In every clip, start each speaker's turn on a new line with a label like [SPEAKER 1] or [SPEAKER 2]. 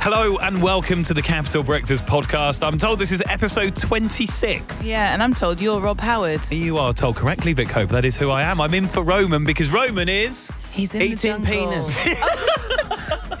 [SPEAKER 1] Hello and welcome to the Capital Breakfast podcast. I'm told this is episode 26.
[SPEAKER 2] Yeah, and I'm told you're Rob Howard.
[SPEAKER 1] You are told correctly, Vic Hope. That is who I am. I'm in for Roman because Roman is.
[SPEAKER 2] He's in the
[SPEAKER 3] Eating
[SPEAKER 2] jungle.
[SPEAKER 3] penis.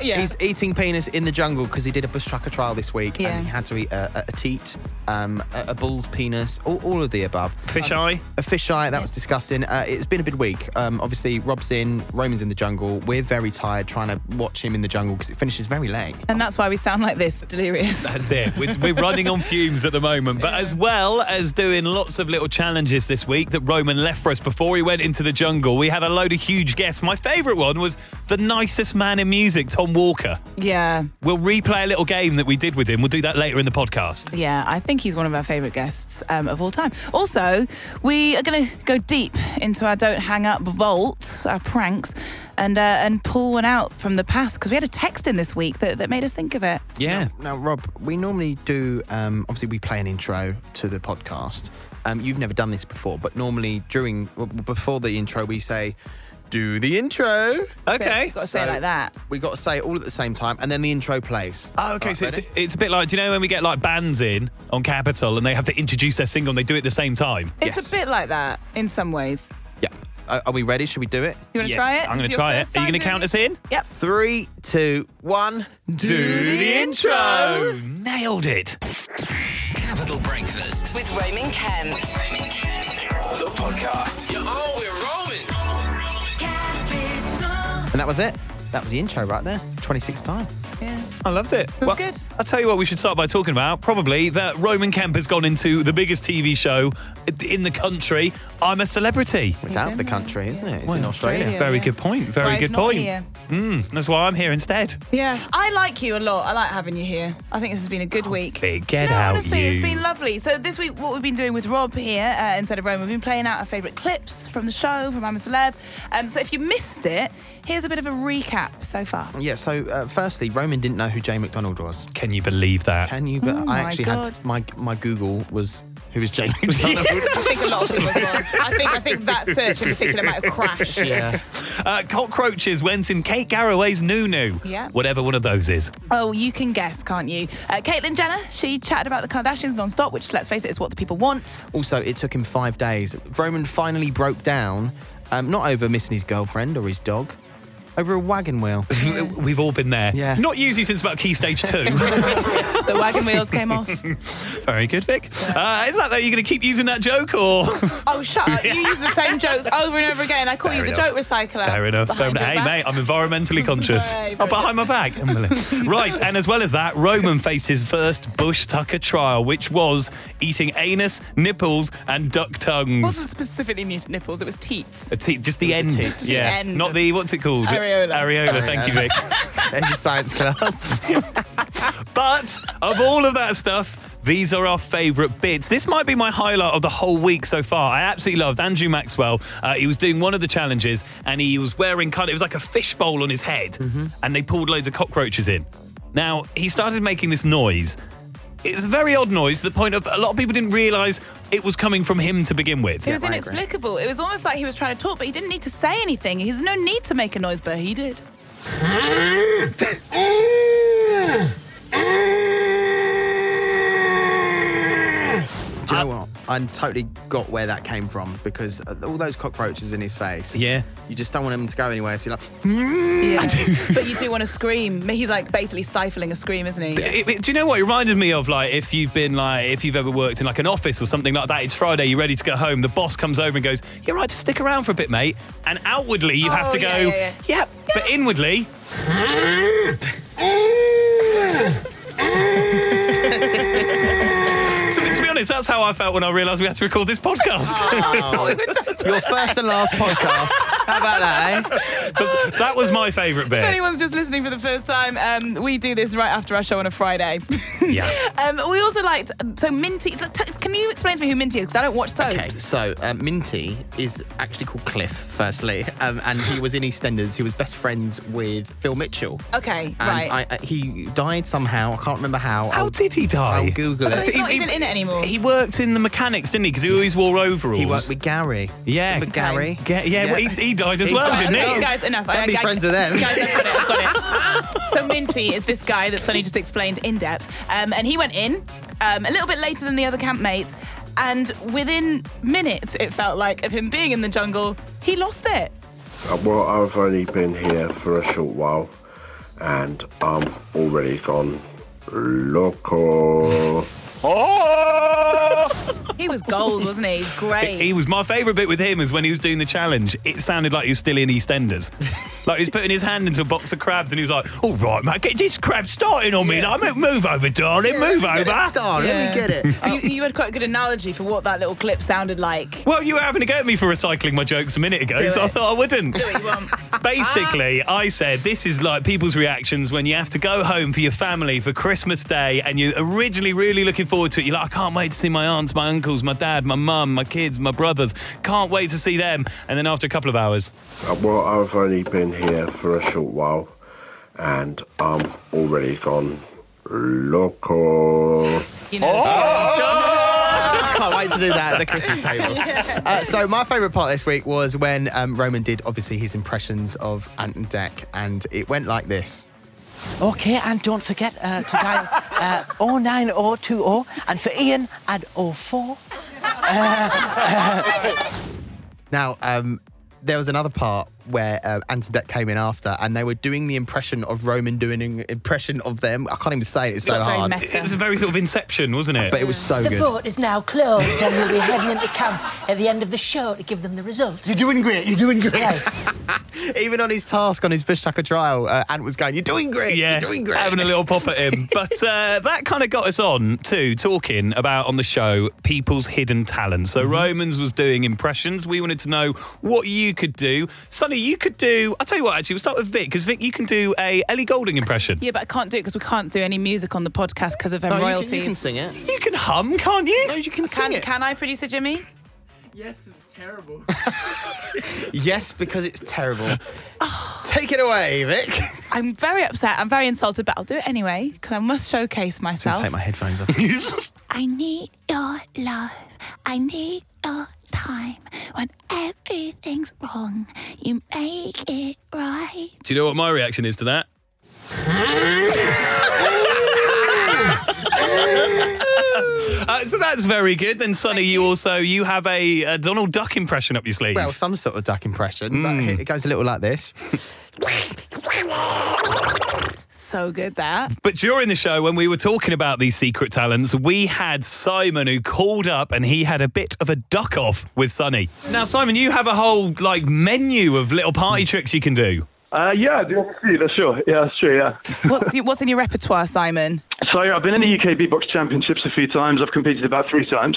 [SPEAKER 2] Yeah.
[SPEAKER 3] He's eating penis in the jungle because he did a bush tracker trial this week
[SPEAKER 2] Yeah.
[SPEAKER 3] and he had to eat a, a, a teat, um, a, a bull's penis, all, all of the above.
[SPEAKER 1] Fish
[SPEAKER 3] Um,
[SPEAKER 1] eye.
[SPEAKER 3] A fish eye, that was disgusting. Uh, it's been a big week. Um, obviously, Rob's in, Roman's in the jungle. We're very tired trying to watch him in the jungle because it finishes very late.
[SPEAKER 2] and that's why we sound like this, delirious.
[SPEAKER 1] That's it. We're, we're running on fumes at the moment, but as well as doing lots of little challenges this week that Roman left for us before he went into the jungle, we had a load of huge guests. My favourite one was the nicest man in music, Tom Walker.
[SPEAKER 2] yeah,
[SPEAKER 1] We'll replay a little game that we did with him. We'll do that later in the podcast.
[SPEAKER 2] yeah. I think he's one of our favourite guests um, of all time. Also, we are going to go deep into our don't hang up vault, our pranks, and uh, and pull one out from the past because we had a text in this week that, that made us think of it.
[SPEAKER 1] Yeah.
[SPEAKER 3] Now, Rob, we normally do, um, obviously, we play an intro to the podcast. Um, you've never done this before, but normally during, w- w- before the intro, we say, do the intro.
[SPEAKER 1] Okay.
[SPEAKER 2] got to say it
[SPEAKER 3] So-
[SPEAKER 2] like that.
[SPEAKER 3] We got to say it all at the same time, and then the intro plays.
[SPEAKER 1] Oh, okay,
[SPEAKER 3] Right,
[SPEAKER 1] so it's,
[SPEAKER 3] ready?
[SPEAKER 1] it's a bit like, do you know when we get like bands in on Capital and they have to introduce their single and they do it at the same time?
[SPEAKER 2] It's
[SPEAKER 3] Yes.
[SPEAKER 2] a bit like that in some ways.
[SPEAKER 3] yeah. Are, are we ready? Should we do it?
[SPEAKER 2] Do you want to
[SPEAKER 1] Yeah,
[SPEAKER 2] try it?
[SPEAKER 1] I'm gonna
[SPEAKER 2] It's your
[SPEAKER 1] try it.
[SPEAKER 2] first
[SPEAKER 1] Are you
[SPEAKER 2] time
[SPEAKER 1] gonna
[SPEAKER 2] doing
[SPEAKER 1] count
[SPEAKER 2] it?
[SPEAKER 1] us in?
[SPEAKER 2] Yep.
[SPEAKER 3] Three, two, one.
[SPEAKER 1] Do
[SPEAKER 2] the intro.
[SPEAKER 1] Nailed it.
[SPEAKER 4] Capital Breakfast
[SPEAKER 5] with Roman Ken. With Roman Ken.
[SPEAKER 4] the podcast. You're on with Roman.
[SPEAKER 3] And that was it. That was the intro right there. 26th time.
[SPEAKER 2] Yeah.
[SPEAKER 1] I loved it. That's
[SPEAKER 2] good.
[SPEAKER 1] I'll tell you what, we should start by talking about probably that Roman Kemp has gone into the biggest TV show in the country. I'm a celebrity.
[SPEAKER 3] It's out of
[SPEAKER 2] in
[SPEAKER 3] the
[SPEAKER 2] there,
[SPEAKER 3] country, isn't it? It's in
[SPEAKER 1] in
[SPEAKER 3] Australia.
[SPEAKER 2] Australia.
[SPEAKER 1] Very
[SPEAKER 2] yeah.
[SPEAKER 1] good point. Very
[SPEAKER 2] why he's
[SPEAKER 1] good
[SPEAKER 2] not
[SPEAKER 1] point.
[SPEAKER 2] here.
[SPEAKER 1] Mm, that's why I'm here instead.
[SPEAKER 2] Yeah, I like you a lot. I like having you here. I think this has been a good week.
[SPEAKER 1] Oh, Vic, get
[SPEAKER 2] no,
[SPEAKER 1] out
[SPEAKER 2] honestly, it's
[SPEAKER 1] you.
[SPEAKER 2] been lovely. So this week, what we've been doing with Rob here uh, instead of Rome, we've been playing out our favourite clips from the show, from I'm a Celeb. Um, so if you missed it, here's a bit of a recap so far.
[SPEAKER 3] Yeah, so uh, firstly, Roman didn't know who Jay McDonald was.
[SPEAKER 1] Can you believe that?
[SPEAKER 3] Can you? But
[SPEAKER 2] my
[SPEAKER 3] I actually
[SPEAKER 2] God.
[SPEAKER 3] had my my Google was who is Jay McDonald?
[SPEAKER 2] I think a lot of people was. I think I think that search in particular might have crashed.
[SPEAKER 3] yeah.
[SPEAKER 1] Uh, cockroaches went in Kate Garraway's Nunu.
[SPEAKER 2] Yeah.
[SPEAKER 1] Whatever one of those is.
[SPEAKER 2] Oh, you can guess, can't you? Uh, Caitlyn Jenner, she chatted about the Kardashians non-stop, which, let's face it, is what the people want.
[SPEAKER 3] Also, it took him five days. Roman finally broke down, um, not over missing his girlfriend or his dog, over a wagon wheel.
[SPEAKER 1] We've all been there.
[SPEAKER 3] Yeah.
[SPEAKER 1] Not usually since about Key Stage 2.
[SPEAKER 2] The wagon wheels came off.
[SPEAKER 1] Very good, Vic. Uh, is that though? You're going to keep using that joke or?
[SPEAKER 2] Oh, shut up. You use the same jokes over and over again. I call
[SPEAKER 1] Fair
[SPEAKER 2] you
[SPEAKER 1] enough.
[SPEAKER 2] the joke recycler.
[SPEAKER 1] Fair enough. Fair
[SPEAKER 2] Behind
[SPEAKER 1] enough.
[SPEAKER 2] your
[SPEAKER 1] Hey, mate,
[SPEAKER 2] back.
[SPEAKER 1] I'm environmentally conscious.
[SPEAKER 2] Right,
[SPEAKER 1] oh,
[SPEAKER 2] very
[SPEAKER 1] behind my back. right, and as well as that, Roman faced his first Bush Tucker trial, which was eating anus, nipples, and duck
[SPEAKER 2] It
[SPEAKER 1] tongues.
[SPEAKER 2] wasn't specifically new to nipples, it was teats.
[SPEAKER 1] A te- just the end.
[SPEAKER 3] teat.
[SPEAKER 2] The
[SPEAKER 1] Yeah.
[SPEAKER 2] end.
[SPEAKER 1] Not the, what's it called?
[SPEAKER 2] Areola.
[SPEAKER 1] Areola, thank you, Vic.
[SPEAKER 3] There's your science class.
[SPEAKER 1] But of all of that stuff, these are our favourite bits. This might be my highlight of the whole week so far. I absolutely loved Andrew Maxwell. Uh, he was doing one of the challenges and he was wearing kind of, it was like a fishbowl on his head and they pulled loads of cockroaches in. Now, he started making this noise. It's a very odd noise to the point of a lot of people didn't realise it was coming from him to begin with.
[SPEAKER 2] It was
[SPEAKER 3] I agree.
[SPEAKER 2] inexplicable. It was almost like he was trying to talk, but he didn't need to say anything. He's no need to make a noise, but he did.
[SPEAKER 3] Do you know what? I totally got where that came from because all those cockroaches in his face.
[SPEAKER 1] Yeah.
[SPEAKER 3] You just don't want them to go anywhere. So you're like,
[SPEAKER 2] Yeah. but you do want to scream. He's like basically stifling a scream, isn't he?
[SPEAKER 1] It- it- do you know what it reminded me of? Like if you've been like if you've ever worked in like an office or something like that. It's Friday, you're ready to go home. The boss comes over and goes, "You're right to stick around for a bit, mate." And outwardly you have
[SPEAKER 2] Oh,
[SPEAKER 1] to go,
[SPEAKER 2] yeah, yeah, yeah.
[SPEAKER 1] "Yep," but inwardly, so to be honest, that's how I felt when I realised we had to record this podcast.
[SPEAKER 2] Oh.
[SPEAKER 3] your first and last podcast. How about that, eh?
[SPEAKER 1] But that was my favourite
[SPEAKER 2] If
[SPEAKER 1] bit.
[SPEAKER 2] anyone's just listening for the first time, um, we do this right after our show on a Friday.
[SPEAKER 1] Yeah.
[SPEAKER 2] um, we also liked so Minty. Can you explain to me who Minty is? Because I don't watch soaps.
[SPEAKER 3] Okay, so uh, Minty is actually called Cliff, firstly, um, and he was in EastEnders. He was best friends with Phil Mitchell.
[SPEAKER 2] Okay,
[SPEAKER 3] and
[SPEAKER 2] Oh, right.
[SPEAKER 3] I, uh, he died somehow. I can't remember how.
[SPEAKER 1] How
[SPEAKER 3] I'll-
[SPEAKER 1] did he die?
[SPEAKER 3] I'll Google
[SPEAKER 2] So
[SPEAKER 3] it.
[SPEAKER 2] he's not even in it anymore.
[SPEAKER 1] He worked in the mechanics, didn't he? Because he always wore overalls.
[SPEAKER 3] He worked with Gary.
[SPEAKER 1] Yeah.
[SPEAKER 3] Remember Gary?
[SPEAKER 1] Ga- yeah, well, he, he died as
[SPEAKER 3] He
[SPEAKER 1] well,
[SPEAKER 3] died.
[SPEAKER 1] didn't
[SPEAKER 2] Okay,
[SPEAKER 1] he?
[SPEAKER 3] No.
[SPEAKER 2] guys, enough.
[SPEAKER 3] Don't be friends with them.
[SPEAKER 2] Guys, I've got it. I've got it. so Minty is this guy that Sonny just explained in depth, um, and he went in um, a little bit later than the other campmates, and within minutes, it felt like of him being in the jungle, he lost it.
[SPEAKER 6] Uh, Well, I've only been here for a short while and I've already gone Uh, loco.
[SPEAKER 2] He was gold, wasn't he? He's great.
[SPEAKER 1] Oh! He was my favourite bit with him is when he was doing the challenge. It sounded like he was still in EastEnders. like he was putting his hand into a box of crabs and he was like, "All right, mate, get this crab starting on me. Like, move over, darling, move
[SPEAKER 3] Let me get it
[SPEAKER 1] over."
[SPEAKER 3] started, Let
[SPEAKER 2] Yeah.
[SPEAKER 3] me get it.
[SPEAKER 2] Oh, you, you had quite a good analogy for what that little clip sounded like.
[SPEAKER 1] Well, you were having a go at me for recycling my jokes a minute ago,
[SPEAKER 2] Do
[SPEAKER 1] so I
[SPEAKER 2] it.
[SPEAKER 1] thought I wouldn't.
[SPEAKER 2] Do what you want.
[SPEAKER 1] Basically, I said this is like people's reactions when you have to go home for your family for Christmas Day and you're originally really looking forward to it. You're like, I can't wait to see my aunts, my uncles, my dad, my mum, my kids, my brothers. Can't wait to see them. And then after a couple of hours,
[SPEAKER 6] Well, I've only been here for a short while and I've already gone loco.
[SPEAKER 2] You know,
[SPEAKER 3] Oh. I can't wait to do that at the Christmas table. Uh, so my favourite part this week was when um, Roman did obviously his impressions of Ant and Deck, and it went like this.
[SPEAKER 7] Okay, and don't forget uh, to dial uh, 09020 oh, and for Ian oh and 04.
[SPEAKER 3] Now, um, there was another part where uh, Antoinette came in after, and they were doing the impression of Roman doing an impression of them. I can't even say it; it's so
[SPEAKER 2] Got very
[SPEAKER 3] hard.
[SPEAKER 2] meta.
[SPEAKER 1] it was a very sort of inception, wasn't it?
[SPEAKER 3] But it was so
[SPEAKER 8] The
[SPEAKER 3] good.
[SPEAKER 8] vote is now closed, and we'll be heading into camp at the end of the show to give them the result.
[SPEAKER 7] You're doing great, you're doing great.
[SPEAKER 3] Even on his task on his bush tucker trial, uh, Ant was going, "You're doing great.
[SPEAKER 1] yeah,
[SPEAKER 3] You're doing great."
[SPEAKER 1] having a little pop at him. But uh, that kind of got us on to talking about on the show people's hidden talents.
[SPEAKER 3] Mm-hmm.
[SPEAKER 1] So Romans was doing impressions. We wanted to know what you could do. Sonny, you could do. I'll tell you what. Actually, we'll start with Vic because Vic, you can do a Ellie Golding impression.
[SPEAKER 2] yeah, but I can't do it because we can't do any music on the podcast because of um,
[SPEAKER 3] No, you can-
[SPEAKER 2] royalties.
[SPEAKER 3] You can, sing it.
[SPEAKER 1] You can hum, can't you?
[SPEAKER 3] No, you can sing
[SPEAKER 2] Can,
[SPEAKER 3] it.
[SPEAKER 2] can I, producer Jimmy?
[SPEAKER 3] Yes, because it's terrible. Take it away, Vic.
[SPEAKER 2] I'm very upset. I'm very insulted, but I'll do it anyway because I must showcase myself.
[SPEAKER 3] Take my headphones off.
[SPEAKER 2] I need your love. I need your time. When everything's wrong, you make it right.
[SPEAKER 1] Do you know what my reaction is to that? Uh, so that's very good. Then, Sonny, you also you have a, uh Donald Duck impression up your sleeve.
[SPEAKER 3] Well, some sort of duck impression. But it goes a little like this.
[SPEAKER 2] So good that.
[SPEAKER 1] But during the show, when we were talking about these secret talents, we had Simon who called up and he had a bit of a duck off with Sonny. Now, Simon, you have a whole like menu of little party tricks you can do.
[SPEAKER 9] Uh, yeah, I do see. That's sure. Yeah, that's true. Yeah.
[SPEAKER 2] What's your, what's in your repertoire, Simon?
[SPEAKER 9] So yeah, I've been in the UK beatbox championships a few times. I've competed about three times.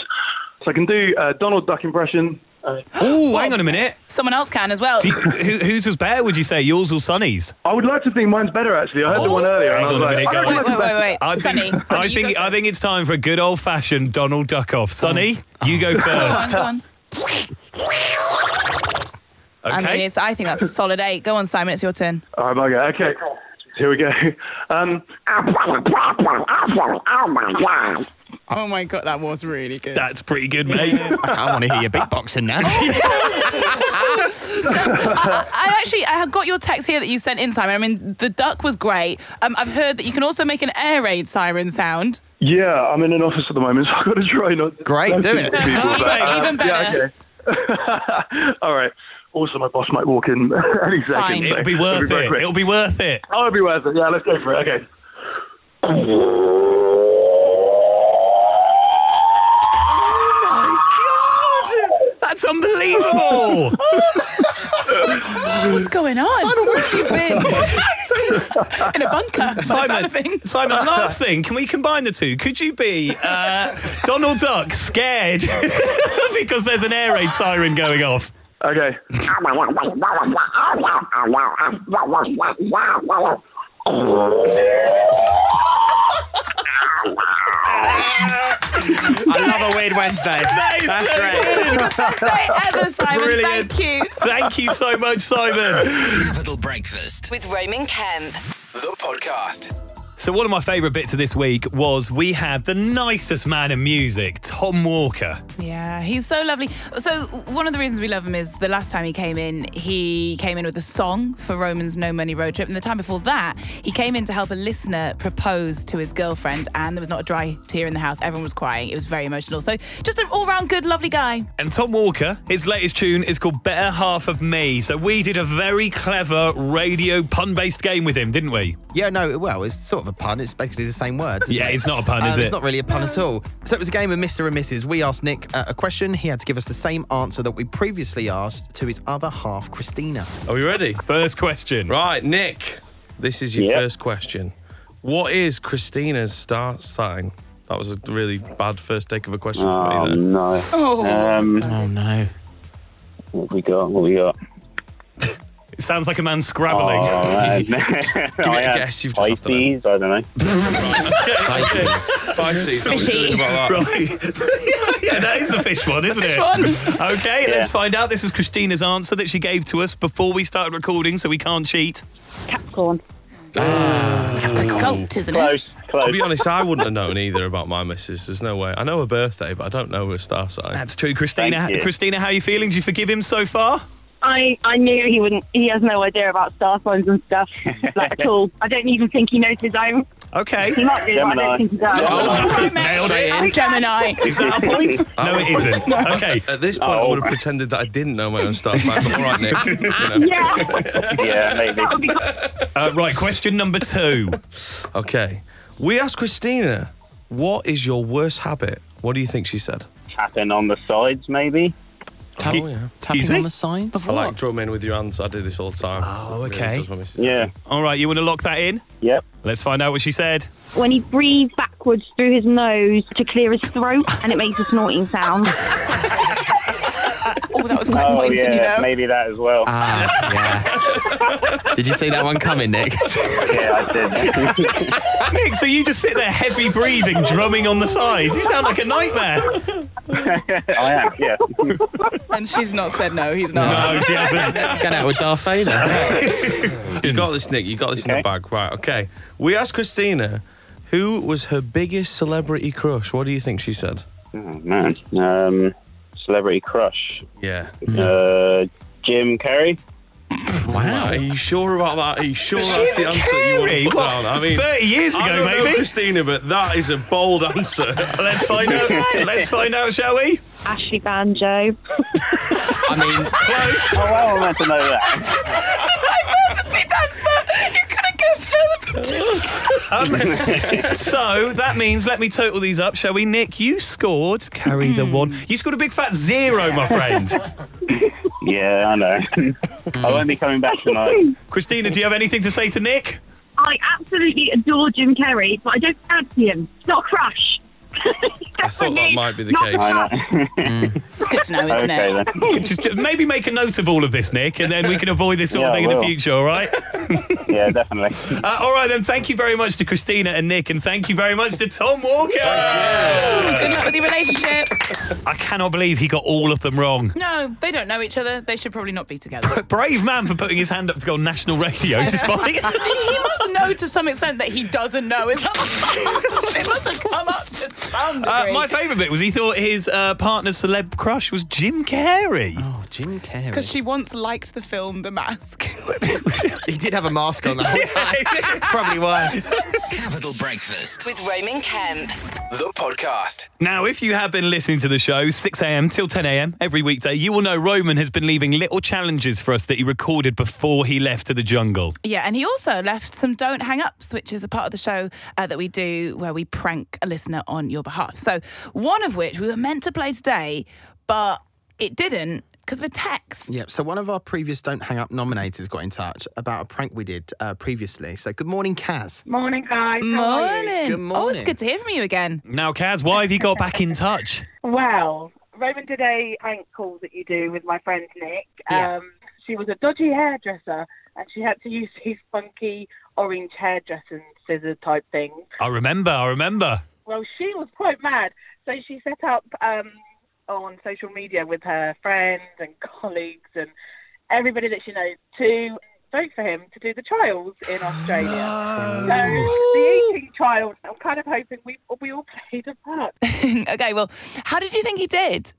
[SPEAKER 9] So I can do uh, Donald Duck impression. Uh,
[SPEAKER 1] Oh, hang on a minute.
[SPEAKER 2] Someone else can as well.
[SPEAKER 1] Do you- who, whose was better, would you say? Yours or Sonny's?
[SPEAKER 9] I would like to think mine's better actually. I heard the one earlier, and I was
[SPEAKER 1] Hold Oh, on a
[SPEAKER 9] like,
[SPEAKER 1] minute,
[SPEAKER 9] I
[SPEAKER 1] guys.
[SPEAKER 9] don't
[SPEAKER 2] wait,
[SPEAKER 9] know.
[SPEAKER 2] wait, wait,
[SPEAKER 1] I
[SPEAKER 2] wait.
[SPEAKER 1] think-
[SPEAKER 2] Sonny. Sonny,
[SPEAKER 1] I
[SPEAKER 2] you
[SPEAKER 1] think
[SPEAKER 2] go
[SPEAKER 1] I
[SPEAKER 2] first.
[SPEAKER 1] think it's time for a good old fashioned Donald Duck off. Sonny, you go
[SPEAKER 2] Go on,
[SPEAKER 1] first.
[SPEAKER 2] go on. I mean,
[SPEAKER 1] Okay.
[SPEAKER 2] it's, I think that's a solid eight. Go on, Simon. It's your turn.
[SPEAKER 9] All right, okay, "Oh, okay. cool. Here we go. Um,
[SPEAKER 2] Oh my god, that was really good.
[SPEAKER 1] That's pretty good, mate.
[SPEAKER 3] I want to hear your beatboxing now.
[SPEAKER 2] I actually I have got your text here that you sent in, Simon. I mean, the duck was great. Um, I've heard that you can also make an air raid siren sound.
[SPEAKER 9] yeah, I'm in an office at the moment, so I've got to try not. to-
[SPEAKER 3] Great,
[SPEAKER 9] not
[SPEAKER 3] do
[SPEAKER 9] to
[SPEAKER 3] it.
[SPEAKER 9] people, but, um,
[SPEAKER 2] Even better.
[SPEAKER 9] Yeah, okay. All right. Also, my boss might walk in any second.
[SPEAKER 2] Fine.
[SPEAKER 9] so
[SPEAKER 1] It'll be
[SPEAKER 9] it'll
[SPEAKER 1] worth
[SPEAKER 9] very
[SPEAKER 1] it.
[SPEAKER 9] quick.
[SPEAKER 1] It'll be worth it.
[SPEAKER 9] Oh, it'll be worth it. Yeah, let's go for it. Okay.
[SPEAKER 1] Oh my god! That's unbelievable!
[SPEAKER 2] What's going on?
[SPEAKER 3] Where have you been?
[SPEAKER 2] in a bunker. Simon.
[SPEAKER 1] Simon, Simon, last thing, can we combine the two? Could you be uh, Donald Duck scared because there's an air raid siren going off?
[SPEAKER 9] Okay.
[SPEAKER 3] I love a weird Wednesday.
[SPEAKER 1] That is so good.
[SPEAKER 2] Birthday ever, Simon.
[SPEAKER 1] Brilliant.
[SPEAKER 2] Thank you.
[SPEAKER 1] Thank you so much, Simon.
[SPEAKER 4] Little Breakfast,
[SPEAKER 5] With Roman Kemp.
[SPEAKER 4] the podcast.
[SPEAKER 1] So one of my favourite bits of this week was we had the nicest man in music, Tom Walker.
[SPEAKER 2] Yeah, he's so lovely. So one of the reasons we love him is the last time he came in, he came in with a song for Roman's No Money Road Trip, and the time before that, he came in to help a listener propose to his girlfriend, and there was not a dry tear in the house. Everyone was crying. It was very emotional. So just an all-round good, lovely guy.
[SPEAKER 1] And Tom Walker, his latest tune is called Better Half of Me. So we did a very clever radio pun-based game with him, didn't we?
[SPEAKER 3] Yeah, no, well, it's sort of a pun. It's basically the same words. isn't
[SPEAKER 1] Yeah,
[SPEAKER 3] it?
[SPEAKER 1] it's not a pun, is
[SPEAKER 3] Um,
[SPEAKER 1] it?
[SPEAKER 3] It's not really a pun at all. So it was a game of Mr. and Mrs. We asked Nick uh, a question. He had to give us the same answer that we previously asked to his other half, Christina.
[SPEAKER 1] Are we ready? First question.
[SPEAKER 9] Right, Nick, this is your
[SPEAKER 8] Yep.
[SPEAKER 9] first question. What is Christina's star sign? That was a really bad first take of a question
[SPEAKER 8] Oh
[SPEAKER 9] for me there.
[SPEAKER 8] no.
[SPEAKER 2] Oh,
[SPEAKER 8] um,
[SPEAKER 2] sorry.
[SPEAKER 3] no.
[SPEAKER 8] what have we got? What have we got?
[SPEAKER 1] It sounds like a man scrabbling.
[SPEAKER 8] Oh, man.
[SPEAKER 9] give it
[SPEAKER 8] I
[SPEAKER 9] a
[SPEAKER 8] have
[SPEAKER 9] guess, you've just have to know.
[SPEAKER 8] Pisces, I don't know.
[SPEAKER 9] Pisces. Pisces. I was
[SPEAKER 2] Fishy.
[SPEAKER 9] thinking about that.
[SPEAKER 1] Right. yeah, that is the fish one, isn't
[SPEAKER 2] fish
[SPEAKER 1] it?
[SPEAKER 2] one.
[SPEAKER 1] Okay, let's
[SPEAKER 8] Yeah.
[SPEAKER 1] find out. This is Christina's answer that she gave to us before we started recording, so we can't cheat.
[SPEAKER 10] Capricorn.
[SPEAKER 2] That's a cult, isn't it?
[SPEAKER 8] Close, close.
[SPEAKER 9] To be honest, I wouldn't have known either about my missus. There's no way. I know her birthday, but I don't know her star sign.
[SPEAKER 1] That's true, Christina.
[SPEAKER 8] Thank you.
[SPEAKER 1] Christina, how are you feeling? Do you forgive him so far?
[SPEAKER 10] I, I knew he wouldn't. He has no idea about star signs and stuff like at all. I don't even think he knows his own.
[SPEAKER 1] Okay.
[SPEAKER 10] He might do, but
[SPEAKER 8] Gemini.
[SPEAKER 10] I don't think he does.
[SPEAKER 1] Nailed it.
[SPEAKER 2] I'm Gemini.
[SPEAKER 1] Is that a point? no, it isn't. Okay.
[SPEAKER 9] At this point, I
[SPEAKER 8] Oh.
[SPEAKER 9] would have pretended that I didn't know my own star sign. But all right, Nick. you know.
[SPEAKER 10] Yeah,
[SPEAKER 8] yeah, maybe.
[SPEAKER 10] that'd be
[SPEAKER 1] Uh, right, question number two.
[SPEAKER 9] Okay. We asked Christina, what is your worst habit? What do you think she said?
[SPEAKER 8] Tapping on the sides, maybe.
[SPEAKER 9] oh, yeah.
[SPEAKER 1] Excuse
[SPEAKER 3] Tapping
[SPEAKER 1] me?
[SPEAKER 3] on the signs.
[SPEAKER 9] I like drumming with your hands. I do this all the time.
[SPEAKER 1] Oh,
[SPEAKER 9] It really
[SPEAKER 1] okay.
[SPEAKER 9] does my missus.
[SPEAKER 8] Yeah.
[SPEAKER 1] All right, you want to lock that in?
[SPEAKER 8] Yep.
[SPEAKER 1] Let's find out what she said.
[SPEAKER 10] when he breathes backwards through his nose to clear his throat, and it makes a snorting sound.
[SPEAKER 2] Oh, that was quite
[SPEAKER 8] Oh,
[SPEAKER 2] pointed,
[SPEAKER 8] yeah,
[SPEAKER 2] you know.
[SPEAKER 8] maybe that as well.
[SPEAKER 3] Ah, yeah. Did you see that one coming, Nick?
[SPEAKER 8] yeah, I did.
[SPEAKER 1] Nick, so you just sit there heavy breathing, drumming on the sides. You sound like a nightmare.
[SPEAKER 8] I am, yeah.
[SPEAKER 2] And she's not said no. He's not.
[SPEAKER 1] No, she hasn't.
[SPEAKER 3] Going out with Darth Vader.
[SPEAKER 9] You got this, Nick. You got this in the
[SPEAKER 8] Okay.
[SPEAKER 9] bag. Right, okay. We asked Christina, who was her biggest celebrity crush? What do you think she said?
[SPEAKER 8] Oh, man. Um, celebrity crush.
[SPEAKER 9] Yeah.
[SPEAKER 8] Uh, Jim Carrey.
[SPEAKER 9] Wow. Are you sure about that? Are you sure that's the
[SPEAKER 1] Jim
[SPEAKER 9] answer that you want to
[SPEAKER 1] Carrey?
[SPEAKER 9] put
[SPEAKER 1] What,
[SPEAKER 9] down? I mean,
[SPEAKER 1] 30 years
[SPEAKER 9] I
[SPEAKER 1] ago,
[SPEAKER 9] don't know
[SPEAKER 1] maybe?
[SPEAKER 9] Christina, but that is a bold answer.
[SPEAKER 1] Let's find out. Let's find out, shall we?
[SPEAKER 10] Ashley Banjo.
[SPEAKER 3] I mean,
[SPEAKER 8] Oh, well, I meant to know that.
[SPEAKER 2] Did answer. You couldn't go further from
[SPEAKER 1] Um, so that means let me total these up, shall we? Nick, you scored. Carry the one. You scored a big fat zero, my friend.
[SPEAKER 8] Yeah, I know. I won't be coming back tonight.
[SPEAKER 1] Christina, do you have anything to say to Nick?
[SPEAKER 10] I absolutely adore Jim Carrey, but I don't fancy him. It's not a crush.
[SPEAKER 9] I thought that
[SPEAKER 10] Definitely
[SPEAKER 9] might be the
[SPEAKER 10] not a
[SPEAKER 9] case.
[SPEAKER 8] I
[SPEAKER 10] crush.
[SPEAKER 8] know.
[SPEAKER 2] It's good to know, isn't
[SPEAKER 8] okay,
[SPEAKER 2] it?
[SPEAKER 8] then.
[SPEAKER 1] Just just maybe make a note of all of this, Nick, and then we can avoid this sort
[SPEAKER 8] Yeah,
[SPEAKER 1] of
[SPEAKER 8] I
[SPEAKER 1] thing in the
[SPEAKER 8] will.
[SPEAKER 1] future, all right?
[SPEAKER 8] Yeah, definitely.
[SPEAKER 1] Uh, all right, then. Thank you very much to Christina and Nick, and thank you very much to Tom Walker.
[SPEAKER 2] Good luck with your relationship.
[SPEAKER 1] I cannot believe he got all of them wrong.
[SPEAKER 2] No, they don't know each other. They should probably not be together.
[SPEAKER 1] Brave man for putting his hand up to go on national radio, despite.
[SPEAKER 2] he must know to some extent that he doesn't know. It's it must have come up to some
[SPEAKER 1] Uh,
[SPEAKER 2] degree.
[SPEAKER 1] my favourite bit was he thought his uh, partner's celeb crush was Jim Carrey.
[SPEAKER 3] oh, Jim Carrey.
[SPEAKER 2] because she once liked the film The Mask.
[SPEAKER 3] He did have a mask on the whole time. That's probably why.
[SPEAKER 11] Capital Breakfast,
[SPEAKER 12] With Roman Kemp.
[SPEAKER 11] the podcast.
[SPEAKER 1] Now, if you have been listening to the show 6 a.m. till 10 a.m. every weekday, you will know Roman has been leaving little challenges for us that he recorded before he left to the jungle.
[SPEAKER 2] yeah, and he also left some Don't Hang Ups, which is the part of the show uh, that we do where we prank a listener on your behalf. So, one of which we were meant to play today, but it didn't because of a text.
[SPEAKER 3] Yep. So one of our previous Don't Hang Up nominators got in touch about a prank we did uh, previously. So good morning, Kaz.
[SPEAKER 10] Morning, guys.
[SPEAKER 2] Morning.
[SPEAKER 3] Good morning.
[SPEAKER 2] Oh, it's good to hear from you again.
[SPEAKER 1] Now, Kaz, why have you got back in touch?
[SPEAKER 10] Well, Roman did a prank call that you do with my friend Nick.
[SPEAKER 2] Yeah.
[SPEAKER 10] Um, she was a dodgy hairdresser, and she had to use these funky orange hairdressing scissor type things.
[SPEAKER 1] I remember, I remember.
[SPEAKER 10] Well, she was quite mad. So she set up um, on social media with her friends and colleagues and everybody that she knows to vote for him to do the trials in Australia. So the
[SPEAKER 13] child. I'm kind of hoping we we all played a part.
[SPEAKER 2] okay, well, how did you think he did?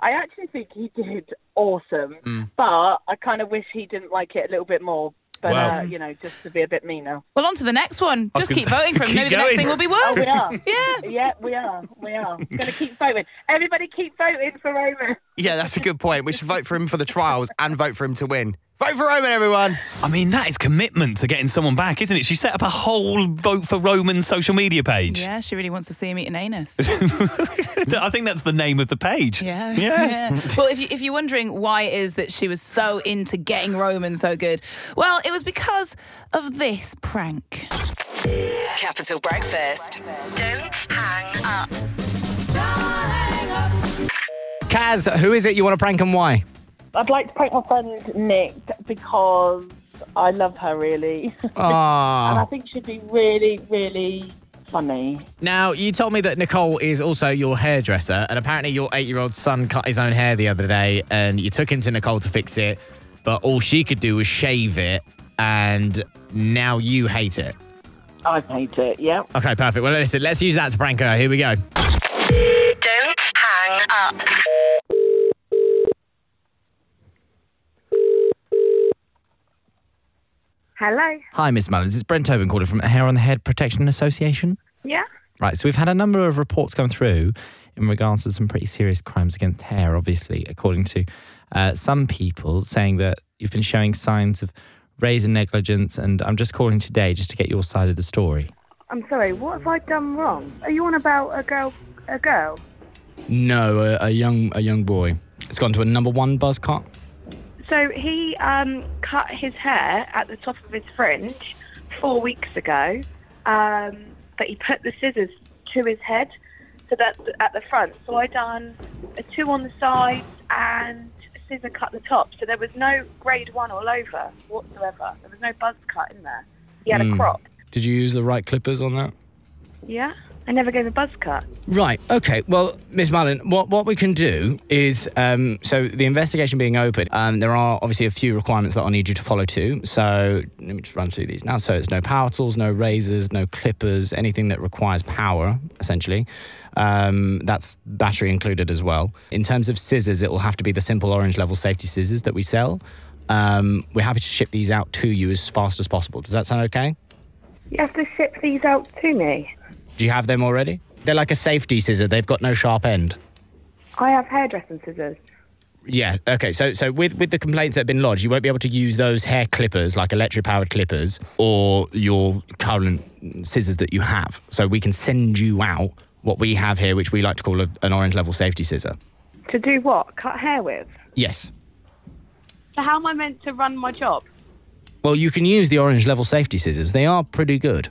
[SPEAKER 13] I actually think he did awesome, but I kind of wish he didn't like it a little bit more. But
[SPEAKER 2] Wow.
[SPEAKER 13] uh, you know, just to be a bit meaner.
[SPEAKER 2] Well, on to the next one.
[SPEAKER 13] I was
[SPEAKER 2] Just keep
[SPEAKER 13] gonna say,
[SPEAKER 2] voting for him.
[SPEAKER 13] keep
[SPEAKER 2] Maybe the next
[SPEAKER 13] going.
[SPEAKER 2] thing will be
[SPEAKER 13] Oh,
[SPEAKER 2] worse.
[SPEAKER 13] we are.
[SPEAKER 2] yeah.
[SPEAKER 13] Yeah, we are. We are. Going to keep voting. Everybody keep voting for Roman.
[SPEAKER 14] Yeah, that's a good point. We should vote for him for the trials and vote for him to win. Vote for Roman, everyone.
[SPEAKER 1] I mean, that is commitment to getting someone back, isn't it? She set up a whole vote for Roman social media page.
[SPEAKER 2] Yeah, she really wants to see him eat an anus.
[SPEAKER 1] I think that's the name of the page.
[SPEAKER 2] Yeah.
[SPEAKER 1] Yeah.
[SPEAKER 2] well, if, you, if you're wondering why it is that she was so into getting Roman so good, well, it was because of this prank.
[SPEAKER 7] Capital Breakfast. Don't hang up.
[SPEAKER 3] Kaz, who is it you want to prank and why?
[SPEAKER 13] I'd like to prank my friend Nick because I love her really,
[SPEAKER 3] Aw.
[SPEAKER 13] and I think she'd be really, really funny.
[SPEAKER 3] Now, you told me that Nicole is also your hairdresser, and apparently your eight year old son cut his own hair the other day, and you took him to Nicole to fix it, but all she could do was shave it, and now you hate it.
[SPEAKER 13] I hate it. Yeah.
[SPEAKER 3] Okay, perfect. Well, listen, let's use that to prank her. Here we go.
[SPEAKER 7] Don't hang up.
[SPEAKER 13] Hello.
[SPEAKER 3] Hi, Miss Mullins. It's Brent Tobin calling from Hair on the Head Protection Association.
[SPEAKER 13] Yeah.
[SPEAKER 3] Right, so we've had a number of reports come through in regards to some pretty serious crimes against hair, obviously, according to uh, some people saying that you've been showing signs of razor negligence. And I'm just calling today just to get your side of the story.
[SPEAKER 10] I'm sorry, what have I done wrong? Are you on about a girl? A girl?
[SPEAKER 3] No, a, a young a young boy. It's gone to a number one buzz cut.
[SPEAKER 10] So he um, cut his hair at the top of his fringe four weeks ago, um, but he put the scissors to his head, so that's at the front. So I done a two on the sides and a scissor cut the top. So there was no grade one all over whatsoever. There was no buzz cut in there. He had a crop.
[SPEAKER 3] Did you use the right clippers on that?
[SPEAKER 10] Yeah, I never gave a buzz cut.
[SPEAKER 3] Right. Okay. Well, Miss Marlin, what, what we can do is um, so the investigation being open, um, there are obviously a few requirements that I need you to follow too. So let me just run through these now. So it's no power tools, no razors, no clippers, anything that requires power, essentially. Um, that's battery included as well. In terms of scissors, it will have to be the simple orange level safety scissors that we sell. Um, we're happy to ship these out to you as fast as possible. Does that sound okay?
[SPEAKER 10] You have to ship these out to me.
[SPEAKER 3] Do you have them already? They're like a safety scissor, they've got no sharp end.
[SPEAKER 10] I have hairdressing scissors.
[SPEAKER 3] Yeah. Okay. So, so with with the complaints that have been lodged, you won't be able to use those hair clippers, like electric powered clippers, or your current scissors that you have. So we can send you out what we have here, which we like to call a, an orange level safety scissor.
[SPEAKER 10] To do what? Cut hair with?
[SPEAKER 3] Yes.
[SPEAKER 10] So how am I meant to run my job?
[SPEAKER 3] Well, you can use the orange level safety scissors. They are pretty good.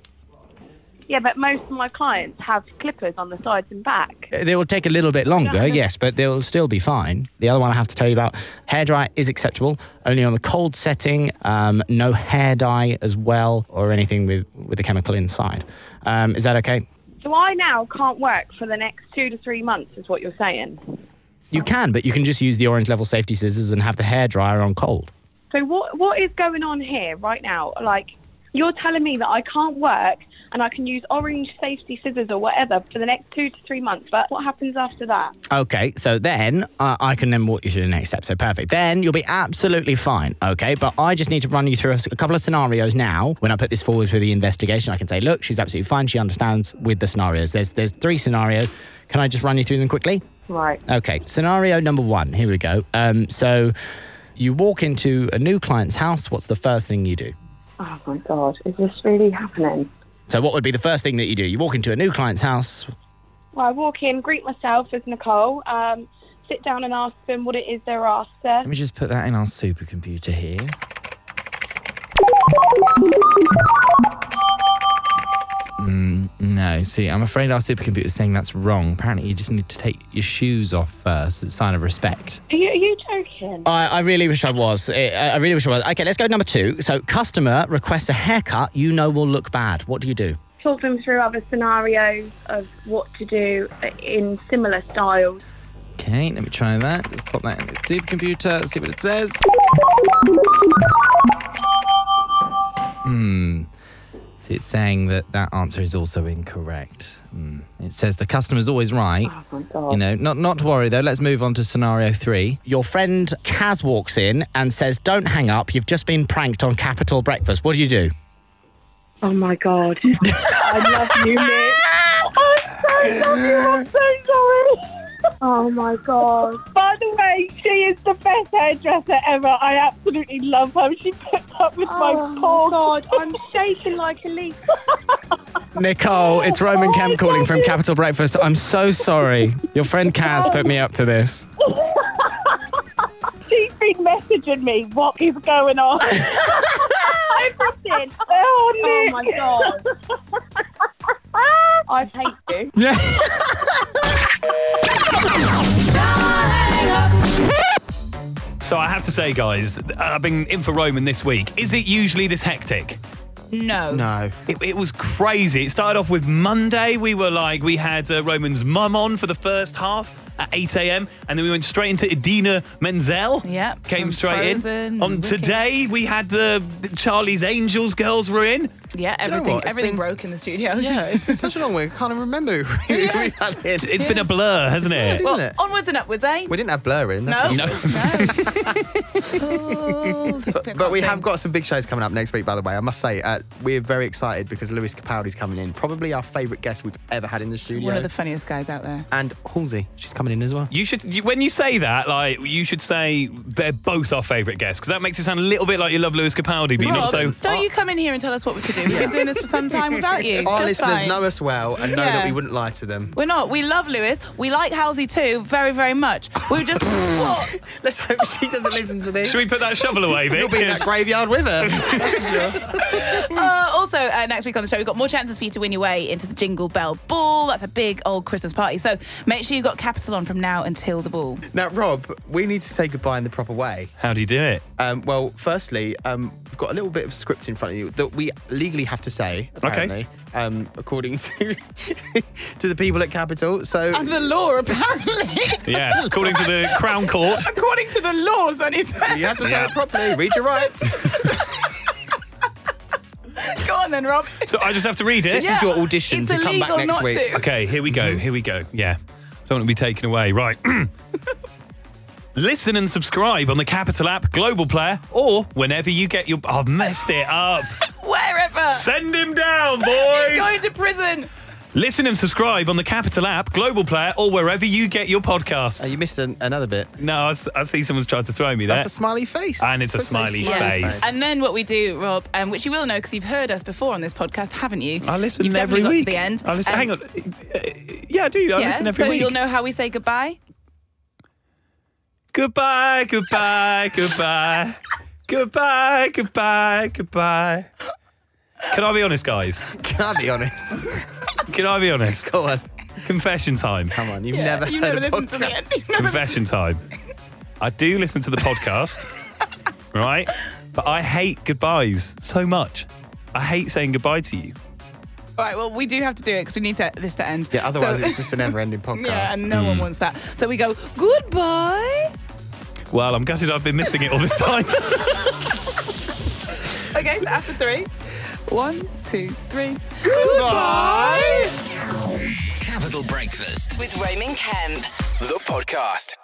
[SPEAKER 10] Yeah, but most of my clients have clippers on the sides and back.
[SPEAKER 3] Uh, They will take a little bit longer, yes, but they'll still be fine. The other one I have to tell you about, hair dry is acceptable, only on the cold setting, um, no hair dye as well, or anything with, with a chemical inside. Um, is that okay?
[SPEAKER 10] So I now can't work for the next two to three months, is what you're saying.
[SPEAKER 3] You can, but you can just use the orange level safety scissors and have the hair dryer on cold.
[SPEAKER 10] So what what is going on here right now? Like, you're telling me that I can't work and I can use orange safety scissors or whatever for the next two to three months, but what happens after that?
[SPEAKER 3] Okay, so then uh, I can then walk you through the next step. So perfect. Then you'll be absolutely fine. Okay, but I just need to run you through a, s- a couple of scenarios now. When I put this forward for the investigation, I can say, look, she's absolutely fine. She understands with the scenarios. There's there's three scenarios. Can I just run you through them quickly?
[SPEAKER 10] Right.
[SPEAKER 3] Okay, scenario number one. Here we go. Um, so you walk into a new client's house. What's the first thing you do?
[SPEAKER 10] Oh my god, is this really happening?
[SPEAKER 3] So what would be the first thing that you do? You walk into a new client's house.
[SPEAKER 10] Well, I walk in, greet myself as Nicole, um, sit down and ask them what it is they're after.
[SPEAKER 3] Let me just put that in our supercomputer here. Mm, no, see, I'm afraid our supercomputer's saying that's wrong. Apparently, you just need to take your shoes off first. It's a sign of respect.
[SPEAKER 10] Are you, are you joking?
[SPEAKER 3] I, I really wish I was. I, I really wish I was. Okay, let's go number two. So, customer requests a haircut you know will look bad. What do you do?
[SPEAKER 10] Talk them through other scenarios of what to do in similar styles.
[SPEAKER 3] Okay, let me try that. Just pop that in the supercomputer, see what it says. Hmm.
[SPEAKER 15] So it's saying that that answer is also incorrect. Mm. It says the customer's always right. You know, not not to worry though. Let's move on to scenario three.
[SPEAKER 16] Your friend Kaz walks in and says, Don't hang up. You've just been pranked on Capital Breakfast. What do you do?
[SPEAKER 10] Oh my god. I love you, Nick. I'm so sorry. I'm so sorry. Oh my god. By the way, she is the best hairdresser ever. I absolutely love her. She put up with Oh my poor god. I'm shaking like a leaf.
[SPEAKER 15] Nicole, it's Roman Kemp calling from Capital Breakfast. I'm so sorry. Your friend Kaz put me up to this.
[SPEAKER 17] She's been messaging me. What is going on? Everything. Oh,
[SPEAKER 10] Oh,
[SPEAKER 17] Nick.
[SPEAKER 10] my God. I hate you.
[SPEAKER 1] So I have to say, guys, I've been in for Roman this week. Is it usually this hectic?
[SPEAKER 2] No.
[SPEAKER 1] No. It, it was crazy. It started off with Monday. We were like, we had uh, Roman's mum on for the first half at 8 a.m. And then we went straight into Edina Menzel.
[SPEAKER 2] Yep,
[SPEAKER 1] Came
[SPEAKER 2] from
[SPEAKER 1] straight in.
[SPEAKER 2] Frozen,
[SPEAKER 1] On
[SPEAKER 2] Wicked.
[SPEAKER 1] today, we had the the Charlie's Angels girls were in.
[SPEAKER 2] Yeah,
[SPEAKER 1] you know
[SPEAKER 2] everything
[SPEAKER 1] what? It's
[SPEAKER 2] everything
[SPEAKER 1] been-
[SPEAKER 2] broke in the studio.
[SPEAKER 3] Yeah, it's been such a long week. I can't even remember. who we had it.
[SPEAKER 1] It's been a blur, hasn't it?
[SPEAKER 3] weird, isn't
[SPEAKER 2] well,
[SPEAKER 3] it?
[SPEAKER 2] onwards and upwards, eh?
[SPEAKER 3] We didn't have blur in. That's
[SPEAKER 2] No. Oh,
[SPEAKER 3] for sure. but, but we have got some big shows coming up next week, by the way. I must say, uh, we're very excited because Lewis Capaldi's coming in. Probably our favourite guest we've ever had in the studio.
[SPEAKER 2] One of the funniest guys out there.
[SPEAKER 3] and Halsey, she's coming in as well.
[SPEAKER 1] You should, you, when you say that, like, you should say they're both our favourite guests because that makes it sound a little bit like you love Lewis Capaldi, but you're not so.
[SPEAKER 2] Rob, Oh, don't you come in here and tell us what we should do. We've been doing this for some time without you.
[SPEAKER 3] Our
[SPEAKER 2] Just
[SPEAKER 3] listeners
[SPEAKER 2] fine.
[SPEAKER 3] know us well and know
[SPEAKER 2] Yeah.
[SPEAKER 3] that we wouldn't lie to them.
[SPEAKER 2] We're not. We love Lewis. We like Halsey too, very, very much. We were just. what?
[SPEAKER 3] Let's hope she doesn't listen to this.
[SPEAKER 1] Should we put that shovel away, Vic?
[SPEAKER 3] You'll be in that
[SPEAKER 1] Yes.
[SPEAKER 3] graveyard with her. That's for sure.
[SPEAKER 2] Uh, also, uh, next week on the show, we've got more chances for you to win your way into the Jingle Bell Ball. That's a big old Christmas party. So make sure you've got Capital on from now until the ball.
[SPEAKER 3] Now, Rob, we need to say goodbye in the proper way.
[SPEAKER 1] How do you do it?
[SPEAKER 3] Um, well, firstly, um, we've got a little bit of script in front of you that we legally have to say, apparently, um, according to to the people at Capital. So
[SPEAKER 2] And the law, apparently.
[SPEAKER 1] Yeah, according to the Crown Court.
[SPEAKER 2] According to the laws, and it's.
[SPEAKER 3] you have to say it properly. Read your rights.
[SPEAKER 2] Go on then, Rob.
[SPEAKER 1] So I just have to read it.
[SPEAKER 2] This is Yeah, your audition it's to come back illegal next not week. to.
[SPEAKER 1] Okay, here we
[SPEAKER 2] Mm-hmm.
[SPEAKER 1] go. Here we go. Yeah. Don't want to be taken away. Right. Listen and subscribe on the Capital app, Global Player, or whenever you get your. I've messed it up.
[SPEAKER 2] Wherever.
[SPEAKER 1] Send him down,
[SPEAKER 2] He's
[SPEAKER 1] boys.
[SPEAKER 2] going to prison.
[SPEAKER 1] Listen and subscribe on the Capital app, Global Player, or wherever you get your podcasts.
[SPEAKER 3] you missed an, another bit.
[SPEAKER 1] No, I, s- I see someone's tried to throw me there.
[SPEAKER 3] That's a smiley face.
[SPEAKER 1] and it's a
[SPEAKER 3] That's
[SPEAKER 1] smiley face.
[SPEAKER 2] And then what we do, Rob, um, which you will know because you've heard us before on this podcast, haven't you?
[SPEAKER 1] I listen
[SPEAKER 2] You've
[SPEAKER 1] every
[SPEAKER 2] definitely
[SPEAKER 1] week.
[SPEAKER 2] got to the end.
[SPEAKER 1] I listen,
[SPEAKER 2] Um,
[SPEAKER 1] hang on. Uh, Yeah, I do. I
[SPEAKER 2] yeah,
[SPEAKER 1] listen every
[SPEAKER 2] so
[SPEAKER 1] week.
[SPEAKER 2] you'll know how we say goodbye.
[SPEAKER 1] Goodbye, goodbye, goodbye. goodbye, goodbye, goodbye. Can I be honest, guys?
[SPEAKER 3] Can I be honest?
[SPEAKER 1] Can I be honest?
[SPEAKER 3] Go on.
[SPEAKER 1] Confession time.
[SPEAKER 3] Come on, you've
[SPEAKER 2] Yeah,
[SPEAKER 3] never
[SPEAKER 2] you've
[SPEAKER 3] heard
[SPEAKER 2] never
[SPEAKER 3] a
[SPEAKER 2] listened to the
[SPEAKER 3] podcast.
[SPEAKER 2] end. You've never-
[SPEAKER 1] Confession time. I do listen to the podcast, right? But I hate goodbyes so much. I hate saying goodbye to you.
[SPEAKER 2] All right, well, we do have to do it because we need to, this to end.
[SPEAKER 3] Yeah, otherwise
[SPEAKER 2] So-
[SPEAKER 3] it's Mm. just a never-ending podcast.
[SPEAKER 2] Yeah, and no one wants that. So we go, goodbye.
[SPEAKER 1] Well, I'm gutted I've been missing it all this time.
[SPEAKER 2] Okay, so after three. One, two, three.
[SPEAKER 3] Goodbye.
[SPEAKER 5] Capital Breakfast with Roman Kemp.
[SPEAKER 4] The podcast.